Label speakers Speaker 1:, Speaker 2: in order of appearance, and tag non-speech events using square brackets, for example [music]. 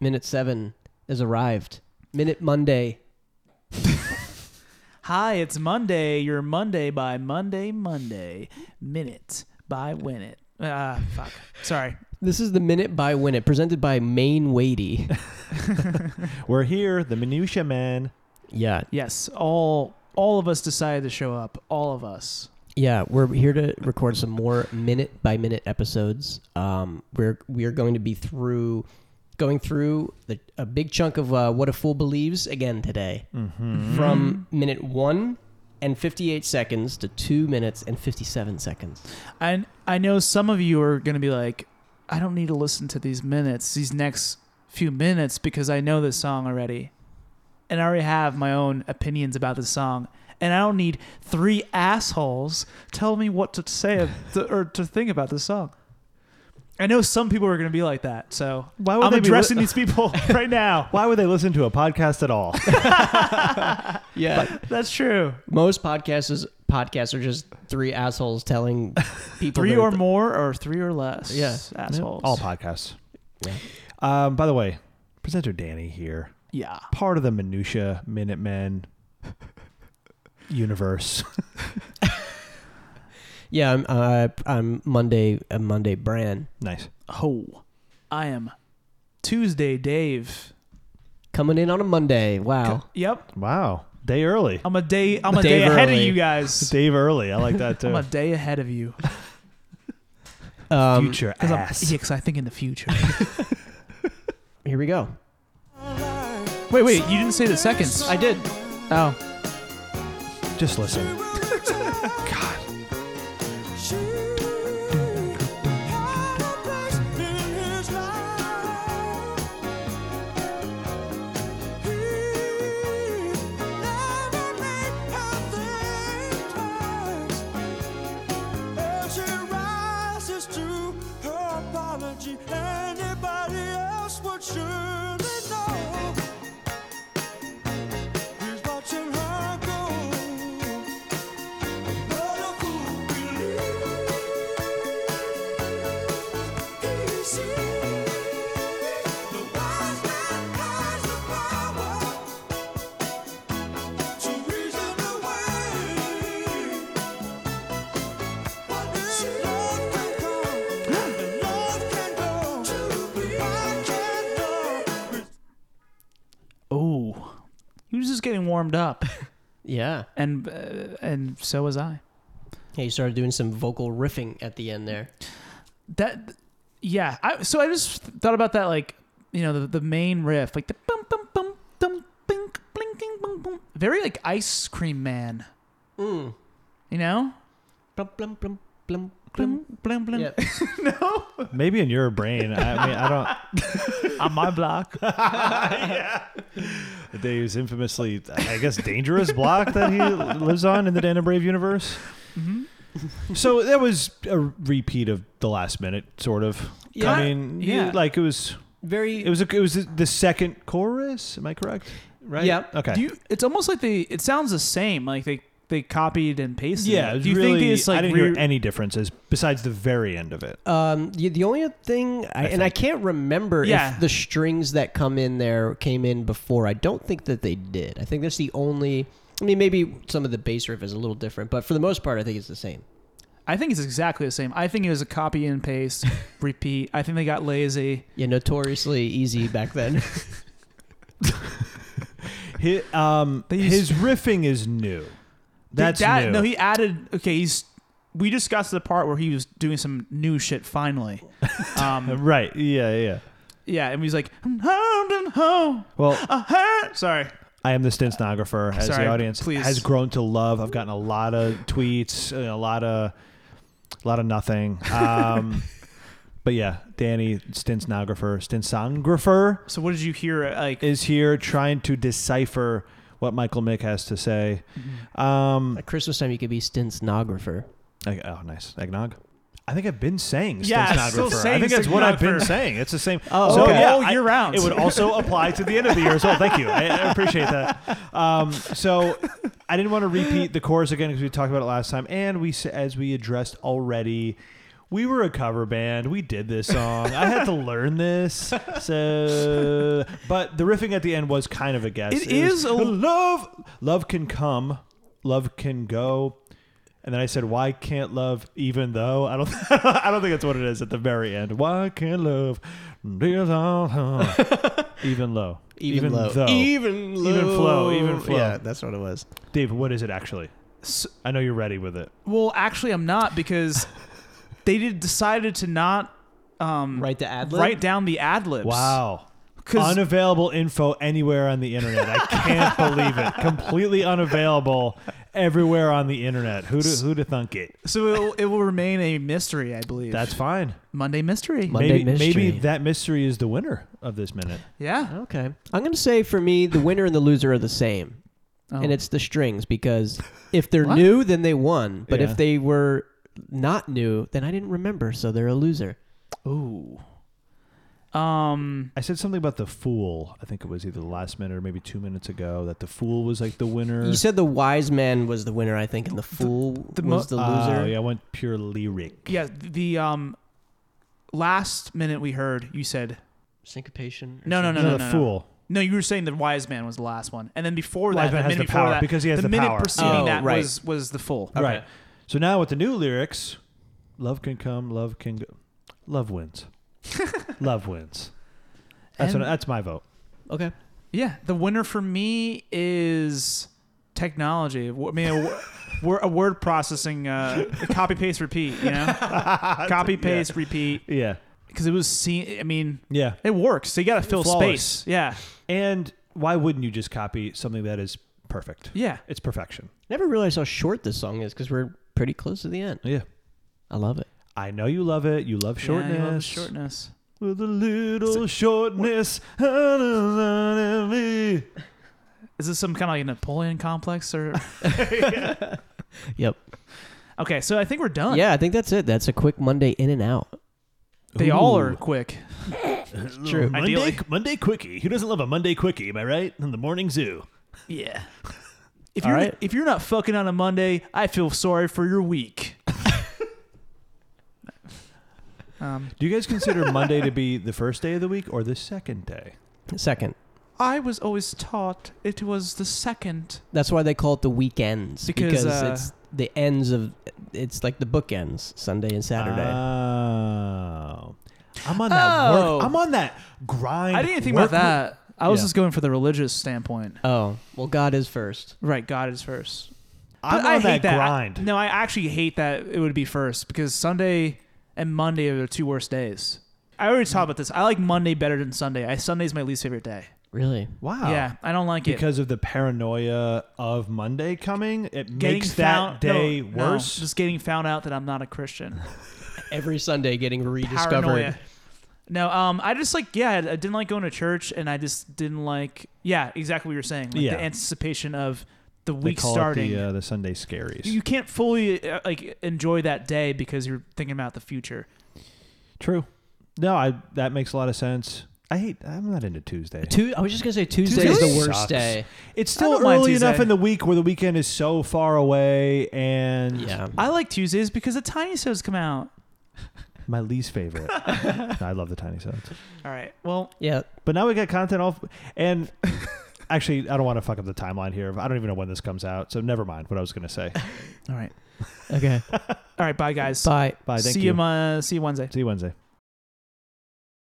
Speaker 1: Minute seven has arrived. Minute Monday.
Speaker 2: Hi, it's Monday. You're Monday by Monday, Monday. Minute by Winnet. Ah, fuck. Sorry.
Speaker 1: This is the Minute by Win It, presented by Maine Wadey.
Speaker 3: We're here, the minutia man.
Speaker 1: [laughs] yeah,
Speaker 2: Yes, all all of us decided to show up. All of us.
Speaker 1: yeah. We're here to record some more minute by minute episodes. Um, we're we are going to be through, going through the, a big chunk of uh, what a fool believes again today,
Speaker 2: Mm-hmm.
Speaker 1: from minute one and fifty eight seconds to two minutes and fifty seven seconds.
Speaker 2: I I know some of you are going to be like, I don't need to listen to these minutes, these next few minutes, because I know this song already, and I already have my own opinions about this song, and I don't need three assholes tell me what to say of- to, or to think about this song. I know some people are going to be like that, so
Speaker 3: Why would
Speaker 2: I'm
Speaker 3: they be
Speaker 2: addressing
Speaker 3: li- [laughs]
Speaker 2: these people right now.
Speaker 3: Why would they listen to a podcast at all?
Speaker 1: Yeah,
Speaker 2: That's true.
Speaker 1: most podcasts is, podcasts are just three assholes
Speaker 2: [laughs]
Speaker 1: telling people
Speaker 2: Three
Speaker 1: their
Speaker 2: or
Speaker 1: th-
Speaker 2: more, or three or less.
Speaker 1: Yeah.
Speaker 2: assholes.
Speaker 3: all podcasts.
Speaker 1: Yeah.
Speaker 3: Um, by the way, presenter Danny here,
Speaker 2: yeah.
Speaker 3: part of the minutia Minutemen universe. [laughs]
Speaker 1: Yeah, I'm uh, I'm Monday a Monday Brand
Speaker 3: nice.
Speaker 2: Oh, I am Tuesday, Dave.
Speaker 1: coming in on a Monday. Wow.
Speaker 2: Yep.
Speaker 3: Wow. Day early.
Speaker 2: I'm a day I'm a
Speaker 1: Dave
Speaker 2: day ahead
Speaker 1: early.
Speaker 2: of you guys.
Speaker 3: Dave early. I like [laughs] that
Speaker 2: I'm
Speaker 3: too.
Speaker 2: a day ahead of you.
Speaker 1: Um,
Speaker 3: Future
Speaker 2: Cause I'm,
Speaker 3: ass.
Speaker 2: yeah, 'cause I think in the future.
Speaker 1: here we go.
Speaker 2: wait, wait, you didn't say the seconds.
Speaker 1: I did.
Speaker 2: oh.
Speaker 3: Just listen.
Speaker 4: Anybody else would surely know He's watching her go. What a fool believes. He sees the wise man has the power to reason away what is love can come and love can go to be. I can't know.
Speaker 2: Oh. He was just getting warmed up,
Speaker 1: Yeah.
Speaker 2: and uh, and so was I.
Speaker 1: Yeah, you started doing some vocal riffing at the end there.
Speaker 2: That, yeah. I, so I just thought about that, like you know, the, the main riff, like the bum bum bum dum blink blinking bum bum, very like Ice Cream Man.
Speaker 1: Mm.
Speaker 2: You know,
Speaker 1: Blum, blum, blum, blum, blum.
Speaker 2: blim blim blim.
Speaker 1: Yeah.
Speaker 2: [laughs] no,
Speaker 3: Maybe in your brain. I mean, I
Speaker 2: [laughs]
Speaker 3: don't.
Speaker 2: on my
Speaker 3: [laughs]
Speaker 2: block.
Speaker 3: Dave's infamously, I guess, dangerous block that he lives on in the Dan and Brave universe.
Speaker 2: Mm-hmm.
Speaker 3: So that was a repeat of the last minute, sort of.
Speaker 1: Yeah.
Speaker 3: I mean,
Speaker 2: Yeah.
Speaker 3: like it was,
Speaker 1: Very.
Speaker 3: it was, a, it was the second chorus. Am I correct? Right.
Speaker 1: Yeah.
Speaker 3: Okay.
Speaker 2: Do you, it's almost like they. It sounds the same. Like they they copied and pasted.
Speaker 3: yeah.
Speaker 2: It.
Speaker 3: it was
Speaker 2: Do you
Speaker 3: really,
Speaker 2: think it's like
Speaker 3: I didn't
Speaker 2: re- Uh,
Speaker 3: hear any differences besides the very end of it.
Speaker 1: um, the, the only thing, I, and I can't remember
Speaker 2: Yeah.
Speaker 1: if the strings that come in there came in before. I don't think that they did. I think that's the only. I mean, maybe some of the bass riff is a little different, but for the most part, I think it's the same.
Speaker 2: I think it's exactly the same. I think it was a copy and
Speaker 3: [laughs]
Speaker 2: paste, repeat. I think they got lazy.
Speaker 1: Yeah, notoriously easy back then.
Speaker 3: His, um,
Speaker 2: They used-
Speaker 3: his riffing is new. That's
Speaker 2: Dude, that-
Speaker 3: new.
Speaker 2: No, he added. Okay, he's. We just got to the part where he was doing some new shit
Speaker 3: [laughs]
Speaker 2: finally. Um,
Speaker 3: right. Yeah. Yeah.
Speaker 2: yeah, and he's like, "I'm holding home
Speaker 3: Well,
Speaker 2: a hand." Sorry,
Speaker 3: I am the stenographer, as
Speaker 2: Uh, Sorry,
Speaker 3: the audience
Speaker 2: please.
Speaker 3: has grown to love. I've gotten a lot of tweets, uh, a lot of, a lot of nothing.
Speaker 2: [laughs]
Speaker 3: Um, but yeah, Danny stenographer, stenographer
Speaker 2: So what did you hear? Like,
Speaker 3: is here trying to decipher what Michael Mick has to say.
Speaker 2: Mm-hmm.
Speaker 3: Um,
Speaker 1: At Christmas time, you could be stenographer.
Speaker 3: I- oh, nice eggnog. I think I've been saying
Speaker 2: Yeah,
Speaker 3: stenographer.
Speaker 2: still
Speaker 3: I
Speaker 2: saying
Speaker 3: think that's what I've been
Speaker 2: stenographer.
Speaker 3: saying. It's the same.
Speaker 2: Oh, okay. Oh,
Speaker 3: I-
Speaker 2: year round.
Speaker 3: It would also apply to the end of the year as well. Thank you. I, I appreciate that. Um, so I didn't want to repeat the chorus again because we talked about it last time, and we s- as we addressed already. we were a cover band. We did this song. I had to learn this. So, but the riffing at the end was kind of a guess.
Speaker 2: It
Speaker 3: was,
Speaker 2: is a-
Speaker 3: love. Love can come. Love can go. And then I said, "Why can't love?" Even though I don't, [laughs] I don't think that's what it is at the very end. Why can't love? Even low.
Speaker 1: [laughs]
Speaker 3: Even low.
Speaker 1: Even, low. E-
Speaker 3: though.
Speaker 1: even low.
Speaker 3: flow, even flow.
Speaker 1: Yeah, that's what it was.
Speaker 3: Dave, what is it actually?
Speaker 2: S-
Speaker 3: I know you're ready with it.
Speaker 2: Well, actually, I'm not because they did decided to not um,
Speaker 1: Right to ad lib.
Speaker 2: write down the ad libs.
Speaker 3: Wow.
Speaker 2: 'Cause-
Speaker 3: Unavailable info anywhere on the internet. I
Speaker 1: [laughs]
Speaker 3: can't believe it. Completely unavailable everywhere on the internet. Who to, who to thunk it?
Speaker 2: So it will, it will remain a mystery, I believe.
Speaker 3: That's fine.
Speaker 2: Monday mystery.
Speaker 1: Mon- Monday
Speaker 3: maybe maybe
Speaker 1: mystery.
Speaker 3: that mystery is the winner of this minute.
Speaker 2: yeah.
Speaker 1: Okay. I'm going to say for me, the winner and the loser are the same.
Speaker 2: Oh.
Speaker 1: And it's the strings because if they're
Speaker 2: [laughs] What?
Speaker 1: new, then they won. But
Speaker 3: Yeah.
Speaker 1: if they were not new, then I didn't remember. So they're a loser.
Speaker 3: Oh.
Speaker 2: ooh. Um.
Speaker 3: I said something about the fool. I think it was either the last minute or maybe two minutes ago that the fool was like the winner.
Speaker 1: You said the wise man was the winner, I think, and the fool
Speaker 2: the
Speaker 1: was the
Speaker 3: Oh,
Speaker 1: loser.
Speaker 3: yeah, I went pure lyric.
Speaker 2: Yeah. The um. Last minute we heard you said
Speaker 1: Syncopation. or
Speaker 2: no no no
Speaker 3: No,
Speaker 2: no no,
Speaker 3: the
Speaker 2: no.
Speaker 3: fool.
Speaker 2: No, you were saying the wise man was the last one, and then before
Speaker 3: Wise
Speaker 2: that,
Speaker 3: man
Speaker 2: the
Speaker 3: has
Speaker 2: minute
Speaker 3: the
Speaker 2: before
Speaker 3: power,
Speaker 2: that,
Speaker 3: because he has
Speaker 2: the,
Speaker 3: the
Speaker 2: minute
Speaker 3: power.
Speaker 2: preceding
Speaker 1: Oh,
Speaker 2: that
Speaker 1: right.
Speaker 2: was was the fool.
Speaker 1: Okay.
Speaker 3: Right. So now with the new lyrics, love can come, love can go, love wins, love wins. That's
Speaker 2: And-
Speaker 3: what, that's my vote.
Speaker 1: something. Okay.
Speaker 2: Yeah, the winner for me is technology. W- I mean, a, wo- [laughs] wor- a word processing, uh, copy paste repeat. You
Speaker 3: [laughs]
Speaker 2: know, copy paste repeat
Speaker 3: Yeah,
Speaker 2: because it was seen. I mean,
Speaker 3: yeah.
Speaker 2: it works. So you got to fill
Speaker 3: Flawless.
Speaker 2: space. Yeah,
Speaker 3: And why wouldn't you just copy something that is perfect?
Speaker 2: yeah.
Speaker 3: It's perfection.
Speaker 1: Never realized how short this song is because we're pretty close to the end.
Speaker 3: Yeah.
Speaker 1: I love it.
Speaker 3: I know you love it. You love shortness.
Speaker 2: Yeah, I love the shortness.
Speaker 3: With a little shortness. on me.
Speaker 2: Is this some kind of like a Napoleon complex
Speaker 3: [laughs]
Speaker 2: or? [laughs]
Speaker 1: Yep.
Speaker 2: Okay, so I think we're done.
Speaker 1: Yeah, I think that's it. That's a quick Monday in and out.
Speaker 2: they all
Speaker 3: Ooh.
Speaker 2: are quick.
Speaker 1: true.
Speaker 3: Monday,
Speaker 2: Ideally.
Speaker 3: Monday quickie. Who doesn't love a Monday quickie? Am I right? In the morning zoo.
Speaker 2: Yeah. [laughs] If
Speaker 1: All
Speaker 2: you're
Speaker 1: right.
Speaker 2: if you're not fucking on a Monday, I feel sorry for your week. [laughs] um,
Speaker 3: Do you guys consider Monday to be the first day of the week or the second day?
Speaker 1: Second.
Speaker 2: I was always taught it was the second.
Speaker 1: That's why they call it the weekends
Speaker 2: Because, uh,
Speaker 1: it's the ends of it's like the bookends, Sunday and Saturday.
Speaker 3: Uh, Oh. I'm on that
Speaker 2: Oh.
Speaker 3: work. I'm on that grind.
Speaker 2: I didn't think
Speaker 3: work-
Speaker 2: about that. I was
Speaker 3: Yeah.
Speaker 2: just going for the religious standpoint.
Speaker 1: oh, well, God is first.
Speaker 2: Right, God is first.
Speaker 3: I'm
Speaker 2: But
Speaker 3: on
Speaker 2: I
Speaker 3: that,
Speaker 2: hate that. I-
Speaker 3: grind.
Speaker 2: no, I actually hate that it would be first because Sunday and Monday are the two worst days. I already talked about this. I like Monday better than Sunday. I Sunday's my least favorite day.
Speaker 1: Really?
Speaker 3: Wow.
Speaker 2: Yeah, I don't like it.
Speaker 3: Because of the paranoia of Monday coming, it
Speaker 2: getting
Speaker 3: makes
Speaker 2: found,
Speaker 3: that day
Speaker 2: no, no,
Speaker 3: worse.
Speaker 2: just getting found out that I'm not a Christian.
Speaker 3: [laughs]
Speaker 1: Every Sunday getting rediscovered.
Speaker 2: Paranoia. No, um, I just like yeah, I didn't like going to church, and I just didn't like yeah, exactly what you're saying, like
Speaker 3: Yeah.
Speaker 2: the anticipation of the
Speaker 3: They
Speaker 2: week
Speaker 3: call
Speaker 2: starting.
Speaker 3: it the, uh, the Sunday scaries.
Speaker 2: you can't fully uh, like enjoy that day because you're thinking about the future.
Speaker 3: True. No, I that makes a lot of sense. I hate. I'm not into Tuesday.
Speaker 1: Tu- I was just gonna say Tuesday
Speaker 3: Tuesday
Speaker 1: is the worst
Speaker 3: sucks.
Speaker 1: day.
Speaker 3: It's
Speaker 2: I
Speaker 3: still
Speaker 2: don't mind
Speaker 3: early enough
Speaker 2: Tuesday.
Speaker 3: in the week where the weekend is so far away, and
Speaker 1: Yeah.
Speaker 2: I like Tuesdays because the tiny shows come
Speaker 3: [laughs]
Speaker 2: out.
Speaker 3: my least favorite. [laughs] I love the tiny suds.
Speaker 2: All right, well,
Speaker 1: yeah.
Speaker 3: But now we got content all, and actually, I don't want to fuck up the timeline here. I don't even know when this comes out, so never mind what I was going to say.
Speaker 2: all right,
Speaker 1: Okay.
Speaker 2: all right, bye guys.
Speaker 1: Bye.
Speaker 3: Bye. Thank
Speaker 2: see
Speaker 3: you.
Speaker 2: you. uh, see you Wednesday.
Speaker 3: See you Wednesday.